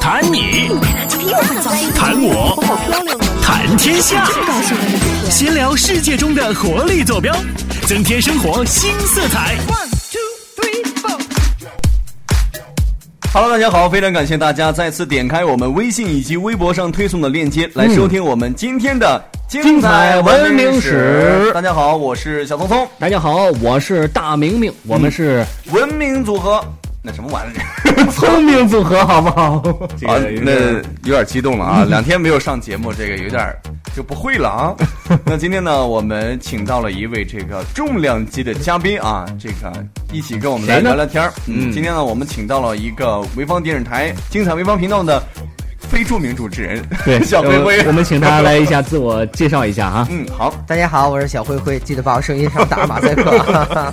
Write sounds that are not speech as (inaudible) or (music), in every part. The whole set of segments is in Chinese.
谈你，谈我，谈天下，闲聊世界中的活力坐标，增添生活新色彩。 Hello，大家好，非常感谢大家再次点开我们微信以及微博上推送的链接，来收听我们今天的精彩文明精彩文明史史。大家好，我是小聪聪，大家好，我是大明明，我们是文明组合。那什么玩意儿？聪明组合，好不好？这啊，那有点激动了 (laughs) 啊！两天没有上节目，这个有点儿就不会了 (laughs) 啊。那今天呢，我们请到了一位这个重量级的嘉宾啊，这个一起跟我们来谁呢聊聊天儿。嗯，今天呢，我们请到了一个潍坊电视台精彩潍坊频道的非著名主持人， (laughs) 对，呃小灰灰我，我们请他来一下自我介绍一下啊。嗯，好，大家好，我是小灰灰，记得把我声音上打上马赛克。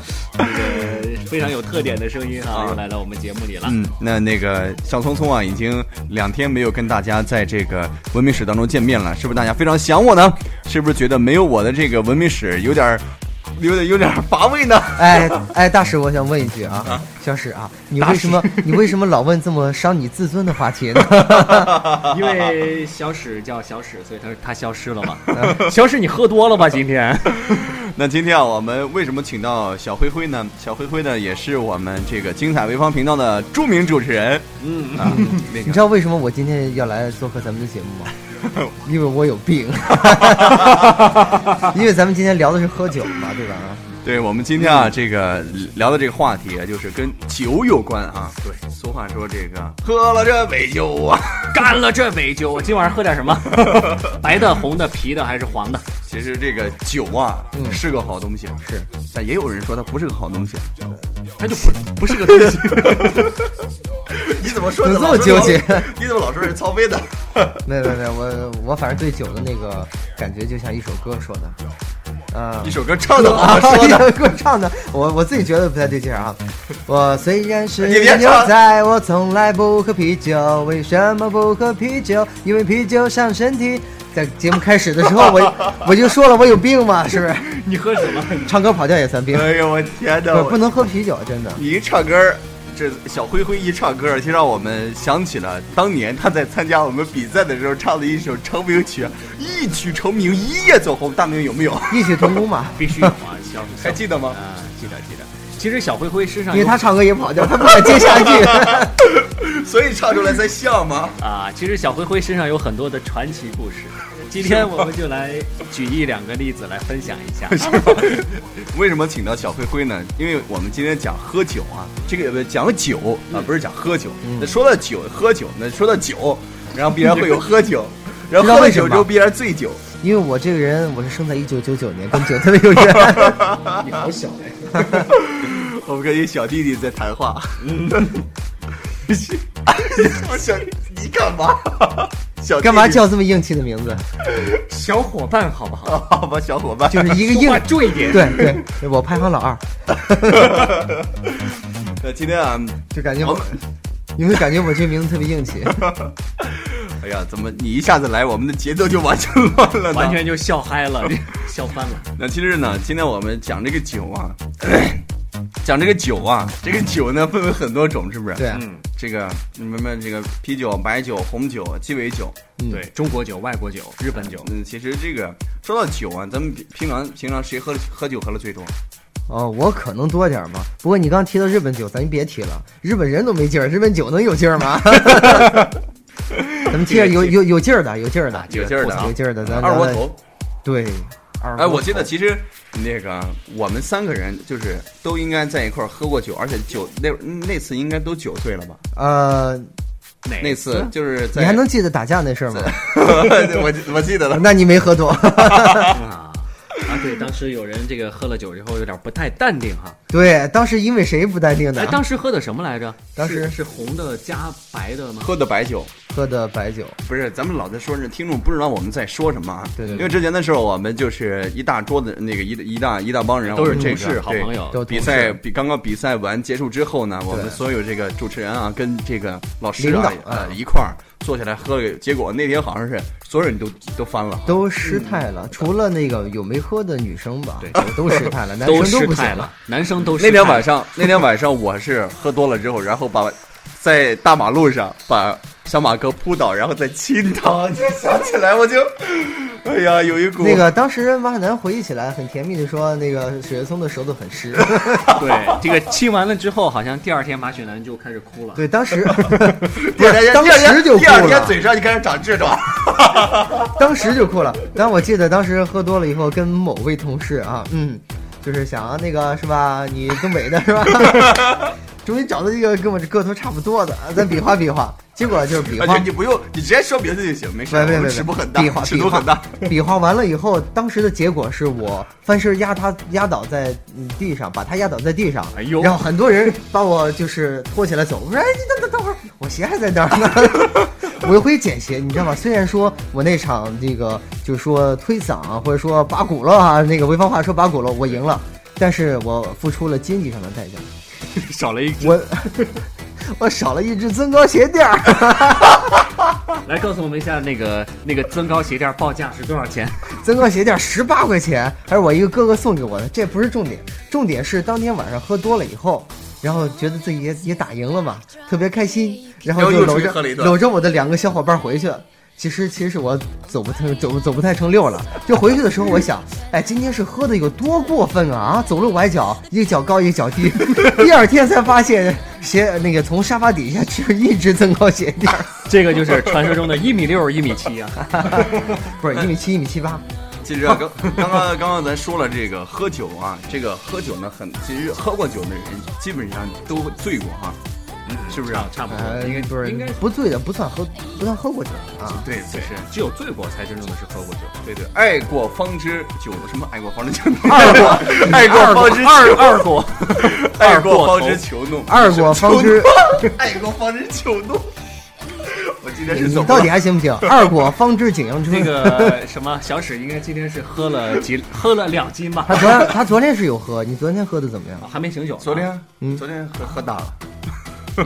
非常有特点的声音啊又来到我们节目里了嗯，那那个小聪聪啊，已经两天没有跟大家在这个文明史当中见面了，是不是大家非常想我呢？是不是觉得没有我的这个文明史有点儿， (laughs) 有点有点儿乏味呢？哎哎，大使，我想问一句啊，小史啊，你为什么 (laughs) 你为什么老问这么伤你自尊的话题呢？因为小史叫小史，所以他他消失 (laughs) 了嘛。小史，你喝多 (laughs) 了吧？今天那今天啊，我们为什么请到小灰灰呢？小灰灰呢，也是我们这个精彩潍坊频道的著名主持人。嗯啊，那你知道为什么我今天要来做客咱们的节目吗？因为我有病，因为咱们今天聊的是喝酒嘛，对吧？对我们今天啊，这个聊的这个话题啊，就是跟酒有关啊。对，俗话说这个喝了这杯酒啊，干了这杯酒，我今晚上喝点 (laughs) 什么？白的、红的、啤的还是黄的？其实这个酒啊、嗯是个好东西，是，但也有人说它不是个好东西。他就不不是个东西。 (laughs) 你怎么说怎么这么纠结？ (laughs) 你怎么老说人曹飞的？没有没有没有，我我反正对酒的那个感觉就像一首歌说的，啊、 (laughs) 一首歌 (laughs) 唱的好， (laughs) 说一首的。歌唱的，我我自己觉得不太对劲儿 (laughs) 啊。我虽然是你别牛唱仔，我从来不喝啤酒。为什么不喝啤酒？因为啤酒伤身体。在节目开始的时候， (laughs) 我我就说了我有病嘛，是不 (laughs) 是？你喝什 (laughs) 么？唱歌跑调也算病，哎呦我天哪！不我不能喝啤酒，真的。你一唱歌儿，这小灰灰一唱歌儿，就让我们想起了当年他在参加我们比赛的时候唱的一首成名曲，一曲成名，一夜走红。大明有没有？异曲同工 (laughs) 嘛，必须有啊，小还记得吗？啊，记得记得。其实小灰灰身上因为有他唱歌也跑调，他不敢接 (laughs) 下一句。 (laughs) 所以唱出来才像吗？啊，其实小灰灰身上有很多的传奇故 (laughs) 事。今天我们就来举一两个例子来分享 (laughs) 一下。 (laughs) 为什么请到小灰灰呢？因为我们今天讲喝酒啊，这个呃讲酒啊，不是讲喝酒。嗯那说到酒，喝酒，那说到酒，(laughs) 然后必然会有喝酒，然后喝了酒之后必然醉酒。因为我这个人，我是生在一九九九年，跟酒特别有 (laughs) 缘。你好小哎！我们跟一小弟弟在 (laughs) 谈话。我想你干嘛？小弟弟干嘛叫这么硬气的名字？小伙伴好不好？好吧，小伙伴？就是一个说硬话。注意点。对对，我排行老二。那今天啊，就感觉我我们，你会感觉我这名字特别硬气。哎呀，怎么你一下子来，我们的节奏就完全乱了呢？ (laughs) 完全就笑嗨 (laughs) 了，笑翻了。那其实呢，今天我们讲这个酒啊， (coughs) 讲这个酒啊，这个酒呢分为很多种，是不是？对，，嗯，这个你们们这个啤酒、白酒、红酒、鸡尾酒，嗯对，，中国酒、外国酒、日本酒，嗯，其实这个说到酒啊，咱们平平常平常谁喝喝酒喝的最多？哦，我可能多点儿吧。不过你刚提到日本酒，咱就别提了，日本人都没劲儿，日本酒能有劲儿吗？ (laughs) 咱们提点有有有劲儿的，有劲儿的，有劲儿的啊有劲儿的，咱二锅咱头。对，二锅哎，头。我记得其实那个我们三个人就是都应该在一块儿喝过酒，而且酒那那次应该都酒醉了吧？呃，哪那次就是啊在你还能记得打架那事儿吗？ (laughs) 我记我记得 (laughs) 了。那你没喝多。 (laughs) 啊？啊，对，当时有人这个喝了酒之后有点不太淡定哈。对，当时因为谁不淡定哎，的？当时喝的什么来着？当时是是红的加白的吗？喝的白酒喝的白酒。不是，咱们老在说这听众不知道我们在说什么啊。对对对因为之前的时候，我们就是一大桌子那个一一大一大帮人，都我是们这同个事、好对朋友都。比赛比刚刚比赛完结束之后呢，我们所有这个主持人啊，跟这个老师啊领导呃嗯一块儿坐下来喝了，结果那天好像是所有人都都翻了。都失态了，除了那个有没喝的女生吧，对都失态了，男都生失都不行态了。，男生都失 (laughs) 态那天晚上，那天晚上我是喝多了之后，然后把在大马路上把小马哥扑倒，然后再亲他，这 (laughs) 想起来我就，哎呀，有一股那个当时马海南回忆起来很甜蜜的说，那个雪松的手都很 (laughs) 湿。对，这个亲完了之后，好像第二天马雪楠就开始哭了。对，当时第二 (laughs) 天，当第二天时就哭第二天了，嘴上就开始长 (laughs) 痔疮。当时就哭了。但我记得当时喝多了以后，跟某位同事啊，嗯，就是想啊那个是吧，你东北的是 (laughs) 吧？终于找到一个跟我这个头差不多的，咱比划比划。结果就是比而划且你不用，你直接说名字就行，没事，喂我喂喂们喂，尺度很大比划，尺度很大。。比划比划完了以后，当时的结果是我翻身压他压倒在嗯地上，把他压倒在地上。哎呦然后很多人把我就是拖起来走。我说：“哎，你等等等会儿，我鞋还在那儿呢。” (laughs) 我又会捡鞋，你知道吗？虽然说我那场这个就是说推搡啊，或者说拔鼓了啊，那个潍坊话说拔鼓了，我赢了，但是我付出了经济上的代价。少 (laughs) 了一只。我 (laughs) 我少了一只增高鞋垫儿。来告诉我们一下，那个那个增高鞋垫报价是多少钱？ (laughs) 增高鞋垫十八块钱，还是我一个哥哥送给我的。这不是重点，重点是当天晚上喝多了以后，然后觉得自己也也打赢了嘛，特别开心，然后然后就又搂出去着喝了一顿搂着我的两个小伙伴回去。其实其实我走不太走走不太成溜了。就回去的时候，我想，哎，今天是喝的有多过分啊！啊，走路崴脚，一个脚高一个脚低。 (laughs) 第二天才发现鞋那个从沙发底下只有一只增高鞋垫儿，这个就是传说中的一米六、一米七啊。不是一米七一米七八。其实啊，刚刚刚刚刚咱说了这个喝酒啊，这个喝酒呢，很其实喝过酒的人基本上都会醉过哈、 (laughs) 是不是啊？差不呃多，应该，不是应该不醉的不算喝，不算喝过酒啊。对对是只有醉过才真正的是喝过酒。对对，爱过方知酒，什么爱过方知酒，二过 (laughs) 爱过方知二 (laughs) 二过， (laughs) 爱过方知酒怒，二过方知，爱过方知酒怒。我今天是你怎么了到底还行不行？二过方知井，你说 (laughs) 那个什么小史应该今天是喝了几 (laughs) 喝了两斤吧 (laughs) 啊他？昨天他昨天是有喝，你昨天喝的怎么样？还没醒酒呢。昨天，嗯昨天喝喝大了，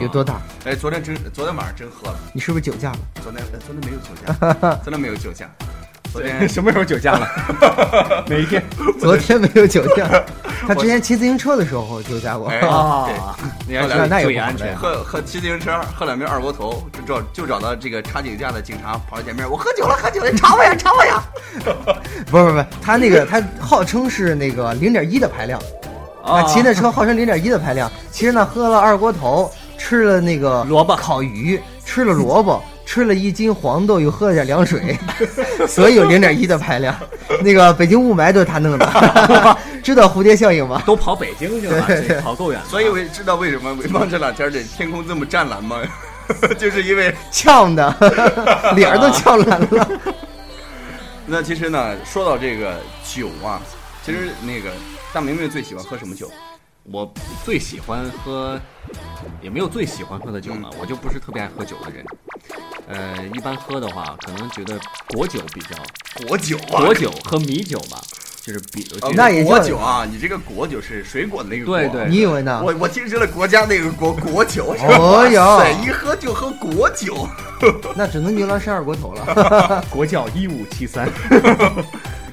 有多大？哎，昨天真，昨天晚上真喝了，你是不是酒驾了？昨天呃昨天没有酒 (laughs) 驾，昨天没有酒驾，昨天 (laughs) 什么时候酒驾了？ (laughs) 哪一天？昨天没有酒驾，他之前骑自行车的时候酒驾过。哎啊， (laughs) 你要那哦那也注意不好安嘞全。喝喝骑自行车，喝两瓶二锅头，就找就找到这个查酒驾的警察跑到前面，我喝酒了，喝酒了，查我呀，查我 (laughs) 呀！不不不，他那个他号称是那个零点一的排量，他啊骑那车号称零点一的排量，其实呢喝了二锅头，吃了那个萝 (laughs) 卜 (laughs) 烤鱼，吃了萝卜，吃了一斤黄豆，又喝了点凉水，所以有零点一的排量。那个北京雾霾都是他弄的，知道蝴蝶效应吗？都跑北京去了，对对对这跑够远了。所以我也知道为什么潍坊这两天的天空这么湛蓝吗？ (laughs) 就是因为呛的，脸儿都呛蓝了。那其实呢，说到这个酒啊，其实那个大明明最喜欢喝什么酒？我最喜欢喝，也没有最喜欢喝的酒嘛，我就不是特别爱喝酒的人。呃，一般喝的话，可能觉得果酒比较，果酒啊，果酒和米酒吧，就是比啊那也就果酒啊，你这个果酒是水果的那个果啊。对对你以为呢？我我听成了国家那个国果酒，是吧哦哟哇塞一喝就喝果酒。那只能牛栏山二锅头了。国窖一五七三。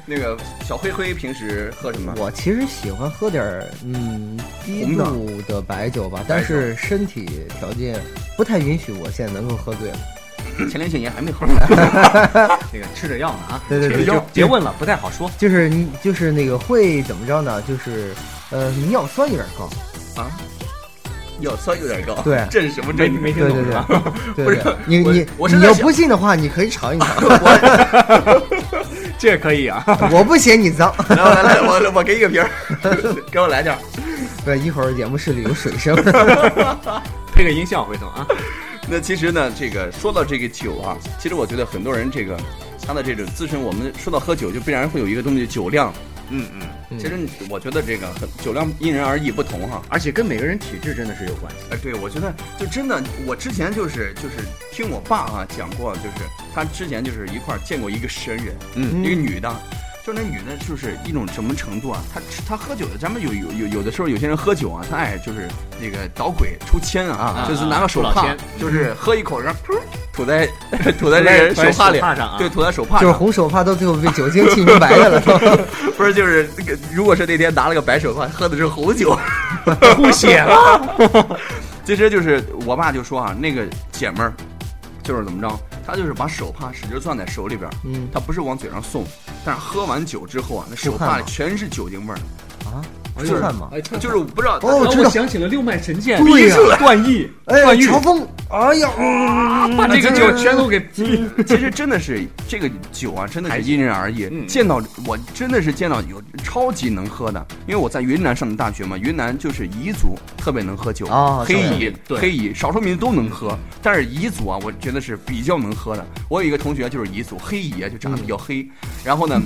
那个小灰灰平时喝什么？我其实喜欢喝点儿嗯低红的度的白酒吧，但是身体条件不太允许我现在能够喝醉了。前列腺炎还没喝出 (laughs) 来。那个吃着药呢啊，对对对别就别问了，不太好说。就是你就是那个会怎么着呢？就是呃尿酸有点高，啊，药酸有点高。 (laughs) 对这是什么没症？没听对懂对是吧？对对对不是你我你我是你在要想不信的话，你可以尝一尝， (laughs) 我这可以啊。 (laughs) 我不嫌你脏。来来来，(laughs) 我我给你个瓶儿， (laughs) 给我来点儿。对，一会儿节目室里有水声。配个音效回头啊。那其实呢，这个说到这个酒啊，其实我觉得很多人这个他的这种自身，我们说到喝酒，就必然会有一个东西酒量。嗯嗯，其实我觉得这个很酒量因人而异，不同哈。而且跟每个人体质真的是有关系。哎，对，我觉得就真的，我之前就是就是听我爸啊讲过，就是他之前就是一块儿见过一个神人，嗯一个女的，就那女的就是一种什么程度啊？她吃她喝酒的，咱们有有有有的时候有些人喝酒啊，他爱就是那个捣鬼出铅啊，啊就是拿个手出老帕千，嗯就是喝一口，然后噗吐在吐在这个人吐在手帕里手帕上啊对，吐在手帕 (laughs) 就是上，红手帕到最后被酒精浸成白的了 (laughs) 都。不是就是那个，如果是那天拿了个白手帕，喝的是红酒。吐血了。 (laughs) 其实就是我爸就说啊，那个姐们儿，就是怎么着，他就是把手帕使劲攥在手里边，嗯他不是往嘴上送，但是喝完酒之后啊，那手出汗帕吗全是酒精味儿，啊，哎出呦汗吗？哎，就就是我不知道，哦让我知我道想起了六脉神剑，对呀段誉，哎段誉呀，乔峰，哎呀，嗯把这个酒全都给其实真的是这个酒啊，真的是因人而异。嗯见到我真的是见到有超级能喝的，因为我在云南上的大学嘛，云南就是彝族特别能喝酒，哦黑对彝、啊对黑彝少数民族都能喝，但是彝族啊，我觉得是比较能喝的。我有一个同学就是彝族，黑彝啊，就长得比较嗯黑， (laughs) 然 (laughs) 后呢。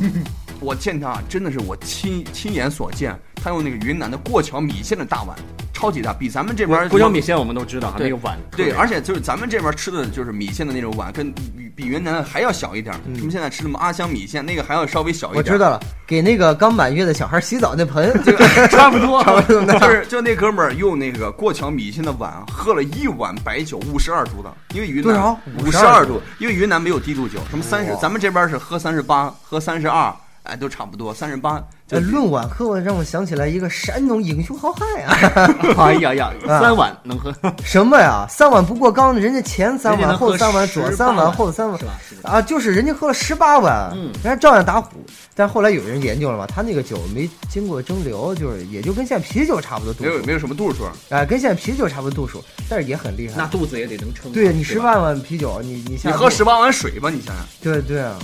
我见他啊真的是我亲亲眼所见，他用那个云南的过桥米线的大碗，超级大，比咱们这边过桥米线我们都知道，对那个碗特别对，而且就是咱们这边吃的就是米线的那种碗，跟比比云南的还要小一点儿。嗯什么现在吃什么阿香米线，那个还要稍微小一我点。知，道了，给那个刚满月的小孩洗澡那盆， (laughs) 差不多，差不 (laughs) 多就是就那哥们儿用那个过桥米线的碗喝了一碗白酒，五十二度的，因为云多南少啊五十52二度度，因为云南没有低度酒，什么三十，咱们这边是喝三十八，喝三十二，哎，都差不多，三十八。就呃论碗喝我让我想起来一个山东英雄好汉呀，哎呀呀，啊 (laughs) 三碗能喝，什么呀？三碗不过冈，人家前三人碗、家能喝后三碗、左三18啊碗、碗后三碗是吧是吧啊，就是人家喝了十八碗，嗯人家照样打虎。但后来有人研究了嘛，他那个酒没经过蒸馏，就是也就跟现在啤酒差不多度没有数，没有什么度数， (laughs) 啊，跟现在啤酒差不多度数，但是也很厉那害。肚子也得能撑。对你十吧八碗啤酒，你你你下喝肚十八碗水吧，你想想。对对啊，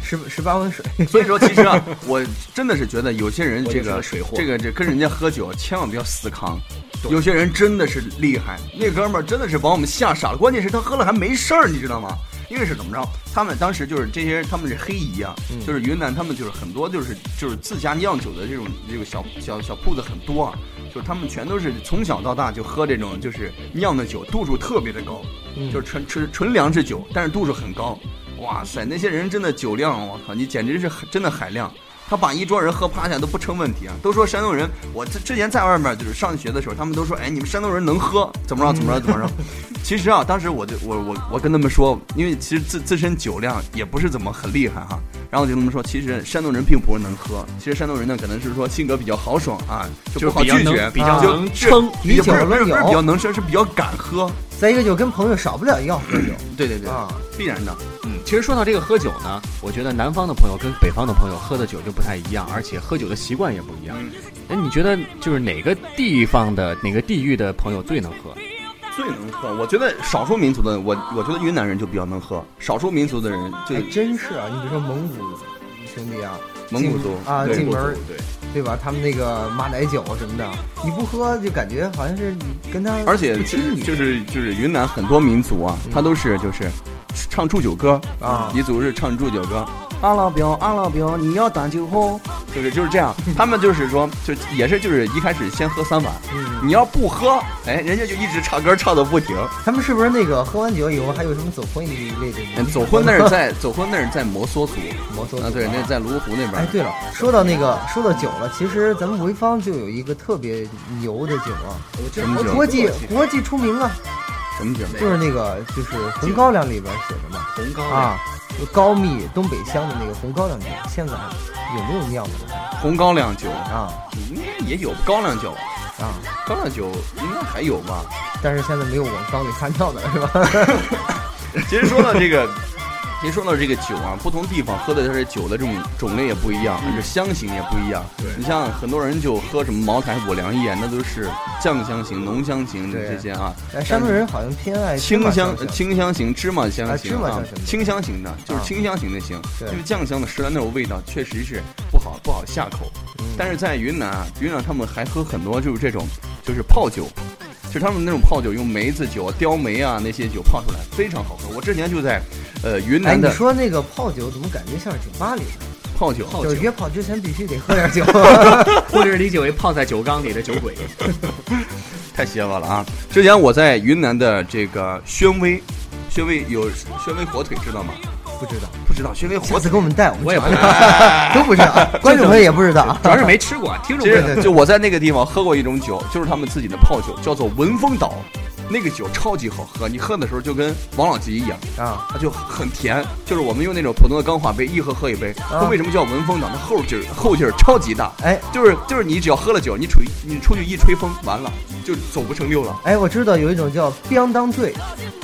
十十八碗水，所以说，其实啊，我真的是觉得有些人我这就是个个水货这个这跟人家喝酒千万不要死扛。对有些人真的是厉害，那哥们儿真的是把我们吓傻了。关键是他喝了还没事儿，你知道吗？因为是怎么着？他们当时就是这些，他们是黑姨啊，就是云南，他们就是很多就是就是自家酿酒的这种这个小小小铺子很多啊，就是他们全都是从小到大就喝这种就是酿的酒，度数特别的高，嗯就是纯纯纯粮食酒，但是度数很高。哇塞，那些人真的酒量，我靠，你简直是海真的海量。他把一桌人喝趴下都不成问题啊！都说山东人，我之之前在外面就是上学的时候，他们都说，哎，你们山东人能喝，怎么着怎么着怎么着。其实啊，当时我就我我我跟他们说，因为其实自自身酒量也不是怎么很厉害哈，然后我就跟他们说，其实山东人并不是能喝，其实山东人呢可能是说性格比较豪爽啊，就不好比较拒绝，啊能比较就能撑也不是以酒不是论不是友比较能吃，是比较敢喝。再一个就跟朋友少不了要喝酒对对对，啊。必然的。嗯，其实说到这个喝酒呢，我觉得南方的朋友跟北方的朋友喝的酒就不太一样，而且喝酒的习惯也不一样。那、你觉得就是哪个地方的哪个地域的朋友最能喝？最能喝，我觉得少数民族的，我我觉得云南人就比较能喝，少数民族的人就还真是啊，你比如说蒙古兄弟啊，蒙古进族啊，对进蒙古门族儿对，对吧？他们那个马奶酒什么的，你不喝就感觉好像是你跟他，而且不就亲你就是就是云南很多民族啊，他都是就是唱祝酒歌啊彝族是唱祝酒歌，阿老表阿老表，你要打酒喝，就是就是 (laughs) 这样，他们就是说就也是就是一开始先喝三碗，嗯你要不喝，哎，人家就一直唱歌唱的不停。他们是不是那个喝完酒以后还有什么走婚一类的？嗯走婚那是在走婚那是在摩梭族， (laughs) 摩梭族啊对，那在泸湖那边。哎，对了，说到那个，说到酒了，其实咱们潍坊就有一个特别牛的酒啊，什么酒？国际国际出名啊，什么酒？就是那个就是红高粱里边写的嘛，红高啊，就高密东北乡的那个红高粱酒，现在有没有酿的红高粱酒，啊应该也有高粱酒，啊？高粱酒应该还有 (laughs) 吧。但是现在没有往缸里撒尿的了，是吧？ (laughs) 其实说到这个，其实说到这个酒啊，不同地方喝的这酒的这种种类也不一样，这香型也不一样。对，你像很多人就喝什么茅台、五粮液，那都是酱香型、浓香型对这些啊。哎，山东人好像偏爱芝麻清香呃香、型清香型、芝麻香啊型芝麻啊香型的，清香型的，就是清香型的型，对因为酱香的实在那种味道确实是不好不好下口。嗯但是在云南啊，云南他们还喝很多就是这种就是泡酒，就是他们那种泡酒用梅子酒、雕梅啊那些酒泡出来非常好喝。我之前就在呃云哎，南你的说那个泡酒怎么感觉像是酒吧里的？泡酒，就是约炮之前必须得喝点酒。或者是理解为泡在酒缸里的酒鬼。太邪恶了啊！之前我在云南的这个宣威，宣威有宣威火腿知道吗？不知道，不知道宣威下火次腿给我们带，我们我也不尝 (laughs) 尝都不知道，观众们也不知道。主要是没吃过，啊听众其朋友 (laughs) 实就我在那个地方喝过一种酒，就是他们自己的泡酒，叫做文风岛，那个酒超级好喝，你喝的时候就跟王老吉一样， (laughs) 啊，它就很甜，就是我们用那种普通的钢化杯一喝喝一杯。它为什么叫文风岛？它后劲儿后劲儿超级大，哎就是就是你只要喝了酒，你出你出去一吹风，完了就走不成六了。哎，我知道有一种叫“锵当醉”，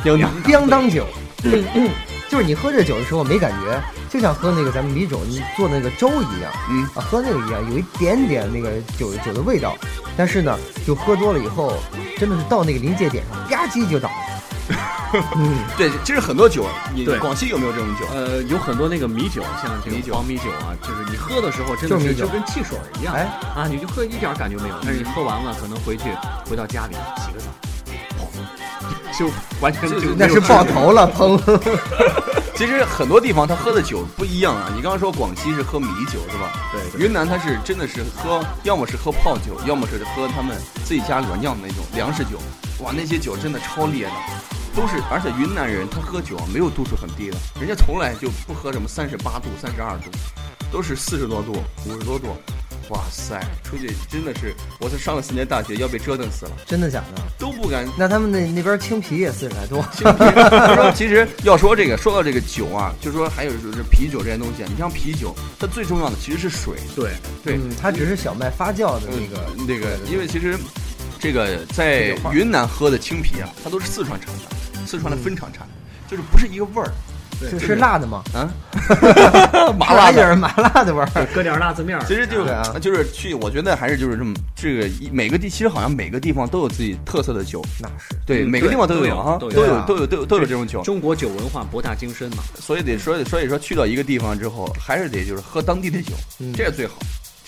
叮锵当酒，就是你喝这酒的时候没感觉，就像喝那个咱们米酒你做那个粥一样，嗯啊，喝那个一样，有一点点那个酒酒的味道，但是呢，就喝多了以后，真的是到那个临界点上，吧唧就倒了。嗯，对，其实很多酒，你对广西有没有这种酒？呃，有很多那个米酒，像这米个酒黄米酒啊，就是你喝的时候真就的是是米就酒跟汽水一样，哎啊，你就喝一点感觉没有，但是你喝完了，可能回去回到家里洗个澡， (laughs) 砰就完全就那是爆头了，砰！ (laughs) 其实很多地方他喝的酒不一样啊。你刚刚说广西是喝米酒是吧？对对云南他是真的是喝，要么是喝泡酒，要么是喝他们自己家里边酿的那种粮食酒。哇，那些酒真的超烈的，都是而且云南人他喝酒啊没有度数很低的，人家从来就不喝什么三十八度、三十二度，都是四十多度、五十多度。哇塞，出去真的是，我才上了四年大学要被折腾死了，真的假的？都不敢那他们那那边青啤也四十来度，他说， (laughs) 其实要说这个，说到这个酒啊，就说还有就是啤酒这些东西啊，你像啤酒，它最重要的其实是水。对，对，嗯，它只是小麦发酵的那那个个嗯那个，因为其实这个在云南喝的青啤啊，它都是四川产的，四川的分厂产的，就是不是一个味儿是是辣的吗？啊，麻辣点儿麻辣的味儿。 (laughs) 搁点辣子面儿其实就对啊就是去，我觉得还是就是这么这个一每个地，其实好像每个地方都有自己特色的酒。那是对，嗯每个对地方都都有有啊，都都有有啊都有都有都有这种酒，中国酒文化博大精深嘛，所以得说，所以说去到一个地方之后，还是得就是喝当地的酒，嗯这个最好。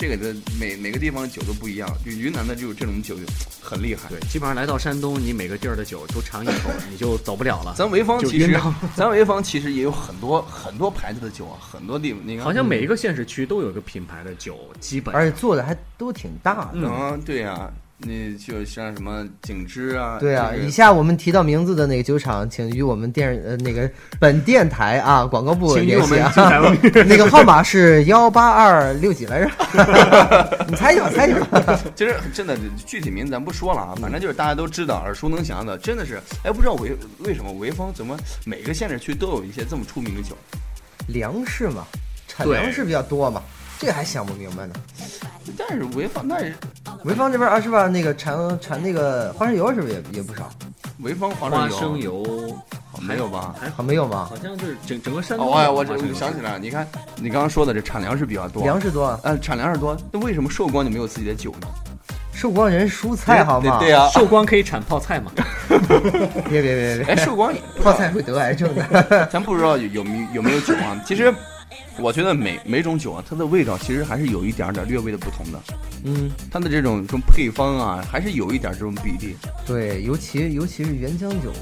这个的每每个地方的酒都不一样，就云南的就有这种酒就很厉害。对，，基本上来到山东，你每个地儿的酒都尝一口，你就走不了了。咱潍坊就其晕实倒， (laughs) 咱潍坊其实也有很多很多牌子的酒啊，很多地方你看，好像每一个县市区都有一个品牌的酒，基本而且做的还都挺大的。嗯嗯，对呀，你就像什么景芝啊，对啊，这个以下我们提到名字的那个酒厂，请与我们电呃那个本电台啊广告部请与联我系们啊精。 (laughs) 彩 (laughs) 文那个号码是幺八二六几来着？你猜一下，猜一下。其实真的具体名字咱不说了啊，反正就是大家都知道、耳熟能详的，真的是，哎，不知道潍为什么潍坊怎么每个县市区都有一些这么出名的酒。 (laughs) 粮食嘛，产对粮食比较多嘛，这还想不明白呢。但是潍坊，但是潍坊这边啊，是吧？那个产产那个花生油是不是也也不少？潍坊花花生生油没有吧？还好没有吗？好像就是整整个山东哦，都哎，有我花这生油我想起来了，你看你刚刚说的这产粮食比较多，粮食多啊，呃产粮食多，那为什么寿光就没有自己的酒呢？寿光人蔬菜好吗？对对呀、寿光可以产泡 (laughs) 菜嘛？别别别别哎，寿光也别，泡菜会得癌症的。咱不知道有有没有没有酒啊？其实我觉得每每种酒啊，它的味道其实还是有一点儿点儿略微的不同的，嗯，它的这种这种配方啊，还是有一点儿这种比例。对，尤其尤其是原浆酒，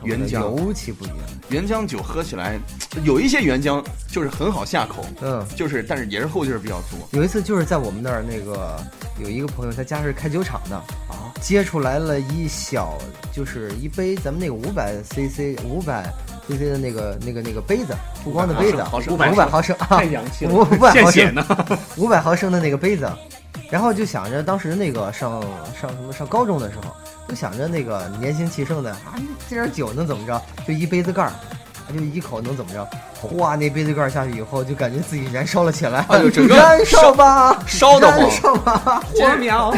它原们浆尤其不一样。原浆酒喝起来，有一些原浆就是很好下口，嗯，就是但是也是后劲儿比较足有一次就是在我们那儿那个有一个朋友，他家是开酒厂的，啊。接出来了一小就是一杯咱们那个五百 CC 五百 CC 的那个那个那个杯子，不光的杯子，毫 (laughs) 升五百毫升啊 (laughs) 太，洋气五了，百献毫血升呢？五百毫升的那个杯子，然后就想着当时那个上上什么上高中的时候，就想着那个年轻气盛的啊，这点酒能怎么着？就一杯子盖儿，就一口能怎么着？哗，那杯子盖儿下去以后，就感觉自己燃烧了起来， (laughs) 哎呦整个 (laughs) 燃烧吧，烧得 (laughs) 慌燃烧吧，火苗，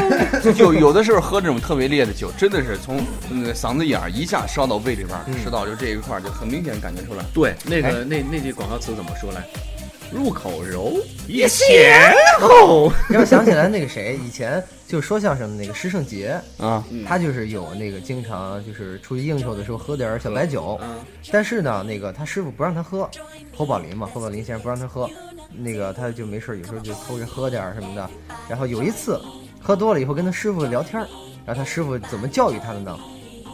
有有的时候喝这种特别烈的酒，真的是从嗯嗓子眼儿一下烧到胃里边儿，嗯吃到就这一块儿就很明显感觉出来。对，那个哎那那句广告词怎么说来？入口柔，一咸厚。让我想起来那个谁，以前就说相声的那个师胜杰，啊，他就是有那个经常就是出去应酬的时候喝点儿小白酒，嗯，但是呢，那个他师傅不让他喝，侯宝林嘛，侯宝林先生不让他喝，那个他就没事儿有时候就偷着喝点儿什么的。然后有一次喝多了以后跟他师傅聊天儿，然后他师傅怎么教育他的呢？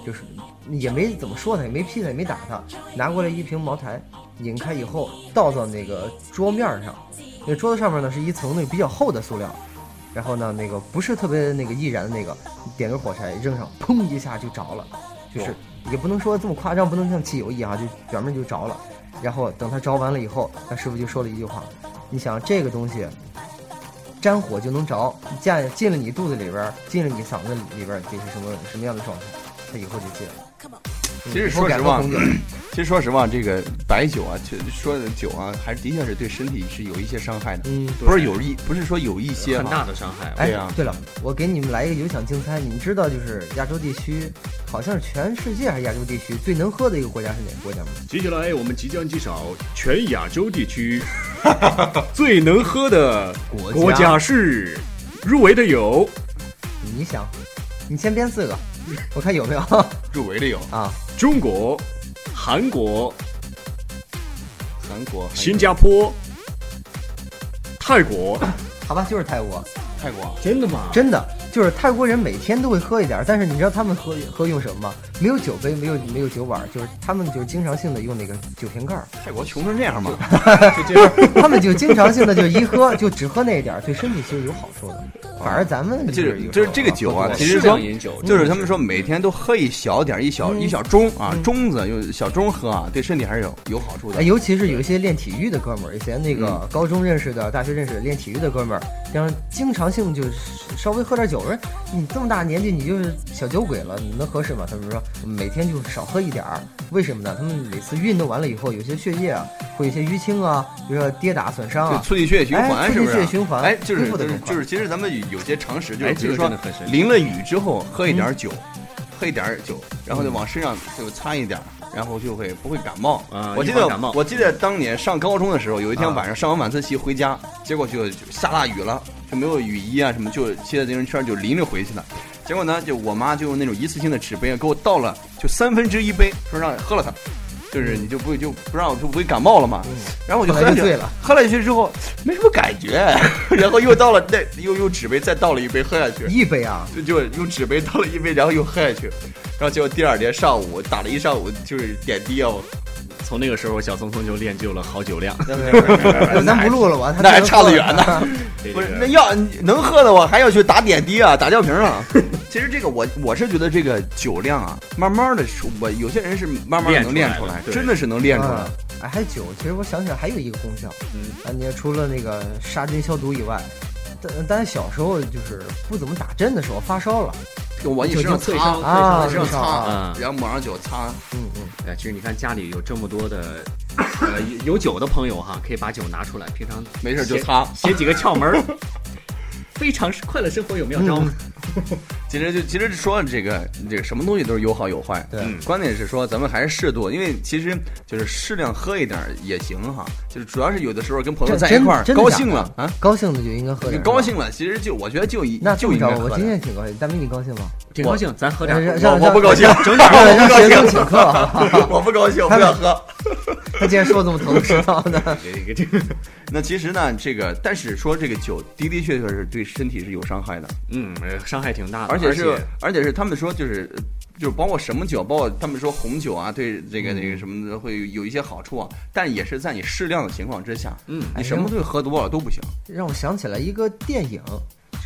就是也没怎么说他，也没批他，也没打他，拿过来一瓶茅台，拧开以后倒到那个桌面儿上，那个桌子上面呢是一层那个比较厚的塑料。然后呢，那个不是特别那个易燃的那个，点根火柴扔上，砰一下就着了，就是也不能说这么夸张，不能像汽油一样，啊就表面就着了。然后等它着完了以后，他师傅就说了一句话：“你想这个东西，沾火就能着，进进了你肚子里边儿，进了你嗓子里边儿，这是什么什么样的状态？他以后就戒了。嗯其实以后说改实喝话红酒其实说实话，这个白酒啊，就说的酒啊，还是的确是对身体是有一些伤害的。嗯不是有一，不是说有一些很嘛大的伤害。哎对呀，对了，我给你们来一个有奖竞猜，你们知道就是亚洲地区，好像是全世界还是亚洲地区最能喝的一个国家是哪个国家吗？接下来我们即将介绍全亚洲地区 (laughs) 最能喝的国国家家是，入围的有你想，你先编四个，我看有没有入围的有啊？中国、韩国、韩国、新加坡、泰国。好吧，就是泰国，泰国、真的吗？真的就是泰国人每天都会喝一点儿，但是你知道他们喝喝用什么吗？没有酒杯，没有没有酒碗儿，就是他们就经常性的用那个酒瓶 (laughs) 盖儿，泰国穷成这样吗？ (laughs) 就这样，他们就经常性的就一喝就只喝那一点儿，对身体其实有好处的。反而咱们就是是有就是时候这个酒啊喝，多其了实适说量饮酒就是他们说每天都喝一小点儿，一小嗯一小盅啊，嗯盅子用小盅喝啊，对身体还是有有好处的哎，。尤其是有一些练体育的哥们儿，以前那个嗯高中认识的、大学认识的练体育的哥们儿，然后经常性就是稍微喝点酒，我说你这么大年纪你就是小酒鬼了，你能合适吗？他们说每天就少喝一点儿，为什么呢？他们每次运动完了以后，有些血液啊，会有一些淤青啊，比如说跌打损伤就啊，促进血液循哎环，促是进不是？血液循环哎，就是恢复就得是更快就是，其实咱们有有些常识，就哎是这比个如说真的很神奇嗯淋了雨之后喝一点儿酒，喝一点儿酒，然后就往身上就擦一点儿，然后就会不会感冒啊。我记预得防感冒我记得当年上高中的时候，有一啊天晚上上完晚自习回家，结果就就下大雨了，就没有雨衣啊什么，就骑着自行车就淋着回去的。结果呢，就我妈就用那种一次性的纸杯给我倒了，就三分之一杯，说让喝了它，就是你就不就不让我就不会感冒了嗯嘛。然后我就后喝来下就去醉了，喝了下去之后没什么感觉， (laughs) 然后又倒了那又用纸杯再倒了一杯喝下去，一杯啊，就就用纸杯倒了一杯，然后又喝下去，然后结果第二天上午打了一上午就是点滴哦，从那个时候，小聪聪就练就了好酒量。 (laughs) 咱不录了， (laughs) 我那还差得远呢。这不是，那个要能喝的我还要去打点滴啊，打吊瓶啊。 (laughs) 其实这个我我是觉得这个酒量啊，慢慢的，我有些人是慢慢地能练出来练出来，的啊真的是能练出来嗯。哎，还有酒，其实我想起来还有一个功效，嗯啊，你除了那个杀菌消毒以外，但但小时候就是不怎么打针的时候发烧了，就往你身上酒精退擦烧，啊往身上退烧擦啊，然后抹上酒擦，嗯嗯，哎，其实你看家里有这么多的，呃，有有酒的朋友哈，可以把酒拿出来，平常没事就擦。写写几个窍门儿。 (laughs) 非常快乐生活有妙招嗯吗？其实就其实说这个这个什么东西都是有好有坏，对嗯关键是说咱们还是适度，因为其实就是适量喝一点儿也行哈，就是主要是有的时候跟朋友这在一块儿真真的高假兴的了啊，高兴的就应该喝就点，高。兴了，其实就我觉得就一那这就么应着该，喝我点今天挺高兴，大明你高兴吗？挺高兴，咱喝点让儿。让我哎不高兴让整点儿让 (laughs) 我不让学高兴生请客好不好 (laughs) 我不高兴，我不想 (laughs) 喝。他竟然说的这么啊头是道的，这个这个，那其实呢，这个但是说这个酒的的确确是对身体是有伤害的，嗯，伤害挺大的，而且且是而且是他们说就是呃就是包括什么酒，包括他们说红酒啊，对这个那嗯个什么的会有一些好处啊，但也是在你适量的情况之下，嗯，你什么东西喝多了都不行。让我想起来一个电影，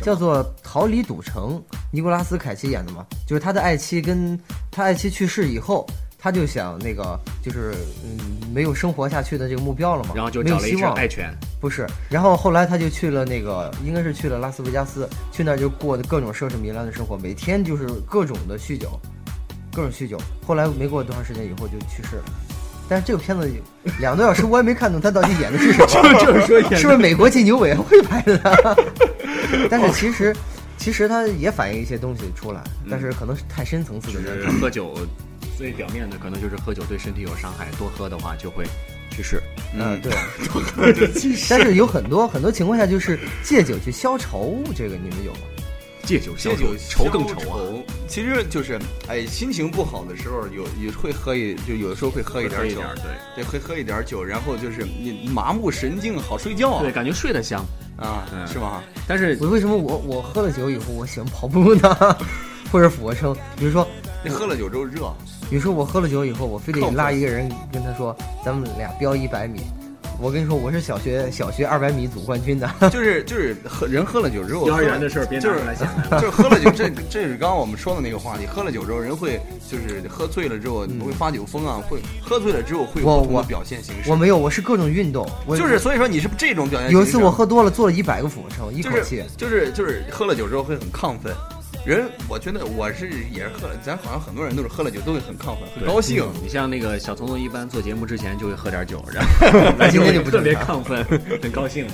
叫做《逃离赌城》，尼古拉斯凯奇演的嘛，就是他的爱妻跟他爱妻去世以后，他就想那个就是嗯没有生活下去的这个目标了嘛，然后就没有找了一希只望爱犬，不是，然后后来他就去了那个，应该是去了拉斯维加斯，去那儿就过的各种奢侈糜烂的生活，每天就是各种的酗酒，各种酗酒。后来没过多长时间以后就去世了。但是这个片子两个多小时我也没看懂他到底演的是什么， (laughs) 就是说演是不是美国籍牛委员会拍 (laughs) 的？但哦是其实其实他也反映一些东西出来，但是可能是太深层次的就东是西。喝酒最表面的可能就是喝酒对身体有伤害，多喝的话就会去世。嗯，对。 (laughs) 但是有很多很多情况下就是借酒去消愁，这个你们有吗？借酒消借酒愁，愁更愁啊！！其实就是，哎，心情不好的时候，有也会喝一，就有的时候会喝一点喝一酒点儿，对，会喝一点酒，然后就是你麻木神经，好睡觉啊对，，感觉睡得香，啊，嗯是吗？但是我为什么我我喝了酒以后我喜欢跑步呢？ (laughs) 或者俯卧撑？比如说，那喝了酒之后热，比如说我喝了酒以后，我非得拉一个人跟他说，咱们俩飙一百米。我跟你说，我是小学小学二百米组冠军的。 (laughs) 就是就是喝人喝了酒之后，幼儿园的事儿别拿就是出来讲 (laughs) 就是喝了酒，这这是刚刚我们说的那个话题。喝了酒之后，人会就是喝醉了之后会发酒疯啊，会喝醉了之后会嗯有我不同我的表现形式我。没有，我是各种运动。我就是所以说你是这种表现形式。啊有一次我喝多了，做了一百个俯卧撑，一就口是气。就是就是喝了酒之后会很亢奋，人我觉得我是也是喝了，咱好像很多人都是喝了酒都会很亢奋，很对高兴。嗯你像那个小聪聪，一般做节目之前就会喝点酒， (laughs) 然后那今天就不特别正亢奋，很高兴嘛。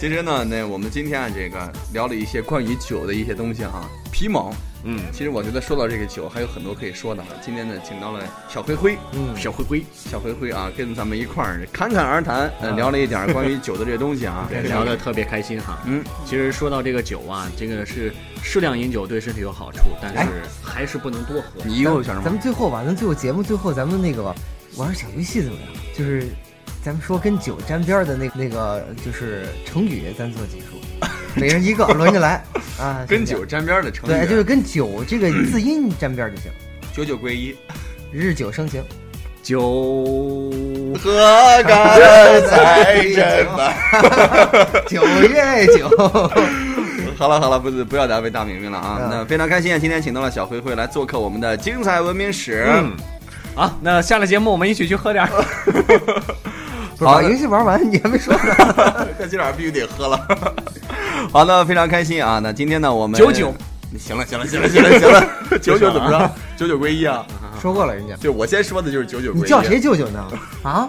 其实呢，那我们今天啊，这个聊了一些关于酒的一些东西啊，皮毛。嗯，其实我觉得说到这个酒，还有很多可以说的啊。今天呢，请到了小灰灰，嗯，小灰灰小灰灰啊，跟咱们一块儿侃侃而谈，呃，聊了一点儿关于酒的这些东西啊， (laughs) 聊得特别开心哈。嗯，其实说到这个酒啊，这个是适量饮酒对身体有好处，但哎是还是不能多喝。你又想什咱么？们最后吧，咱最后节目最后咱们那个吧，玩儿小游戏怎么样？就是咱们说跟酒沾边儿的那那个就是成语，咱做结束， (laughs) 每人一个，轮着来啊。跟就酒沾边儿的成这样对，就是语，跟酒这个字音沾边儿就行，九九归一。日久生 (laughs) 情。酒何干才真白？九月 (laughs) 九， (laughs) 好了好了，不是不要再为大明明了啊！嗯那非常开心，啊，今天请到了小灰灰来做客我们的精彩文明 (laughs) 史。嗯，好，那下了节目我们一起去喝点儿。不是把游戏玩完你还没说呢。那今晚上必须得喝了。 (laughs) 好的，非常开心啊！那今天呢，我们九九，行了行了行了行了行了， (laughs) 九九怎么着？九九归一啊！说过了人家，就我先说的就是九九你归一。叫谁舅舅 (laughs) 呢？啊，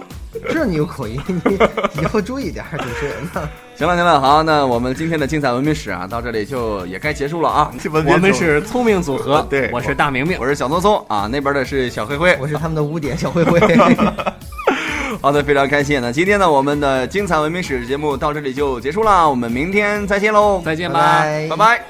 知道你有口音，你以后注意点儿，主持人呢？行了行了，好，那我们今天的精彩文明史啊，到这里就也该结束了啊。我们是聪明组合，对我是大明明我。是小聪聪啊，那边的是小灰灰我。是他们的污点小灰灰。 (laughs) 好的，非常开心。那今天呢，我们的精彩文明史节目到这里就结束了，我们明天再见喽，再见吧。拜拜拜。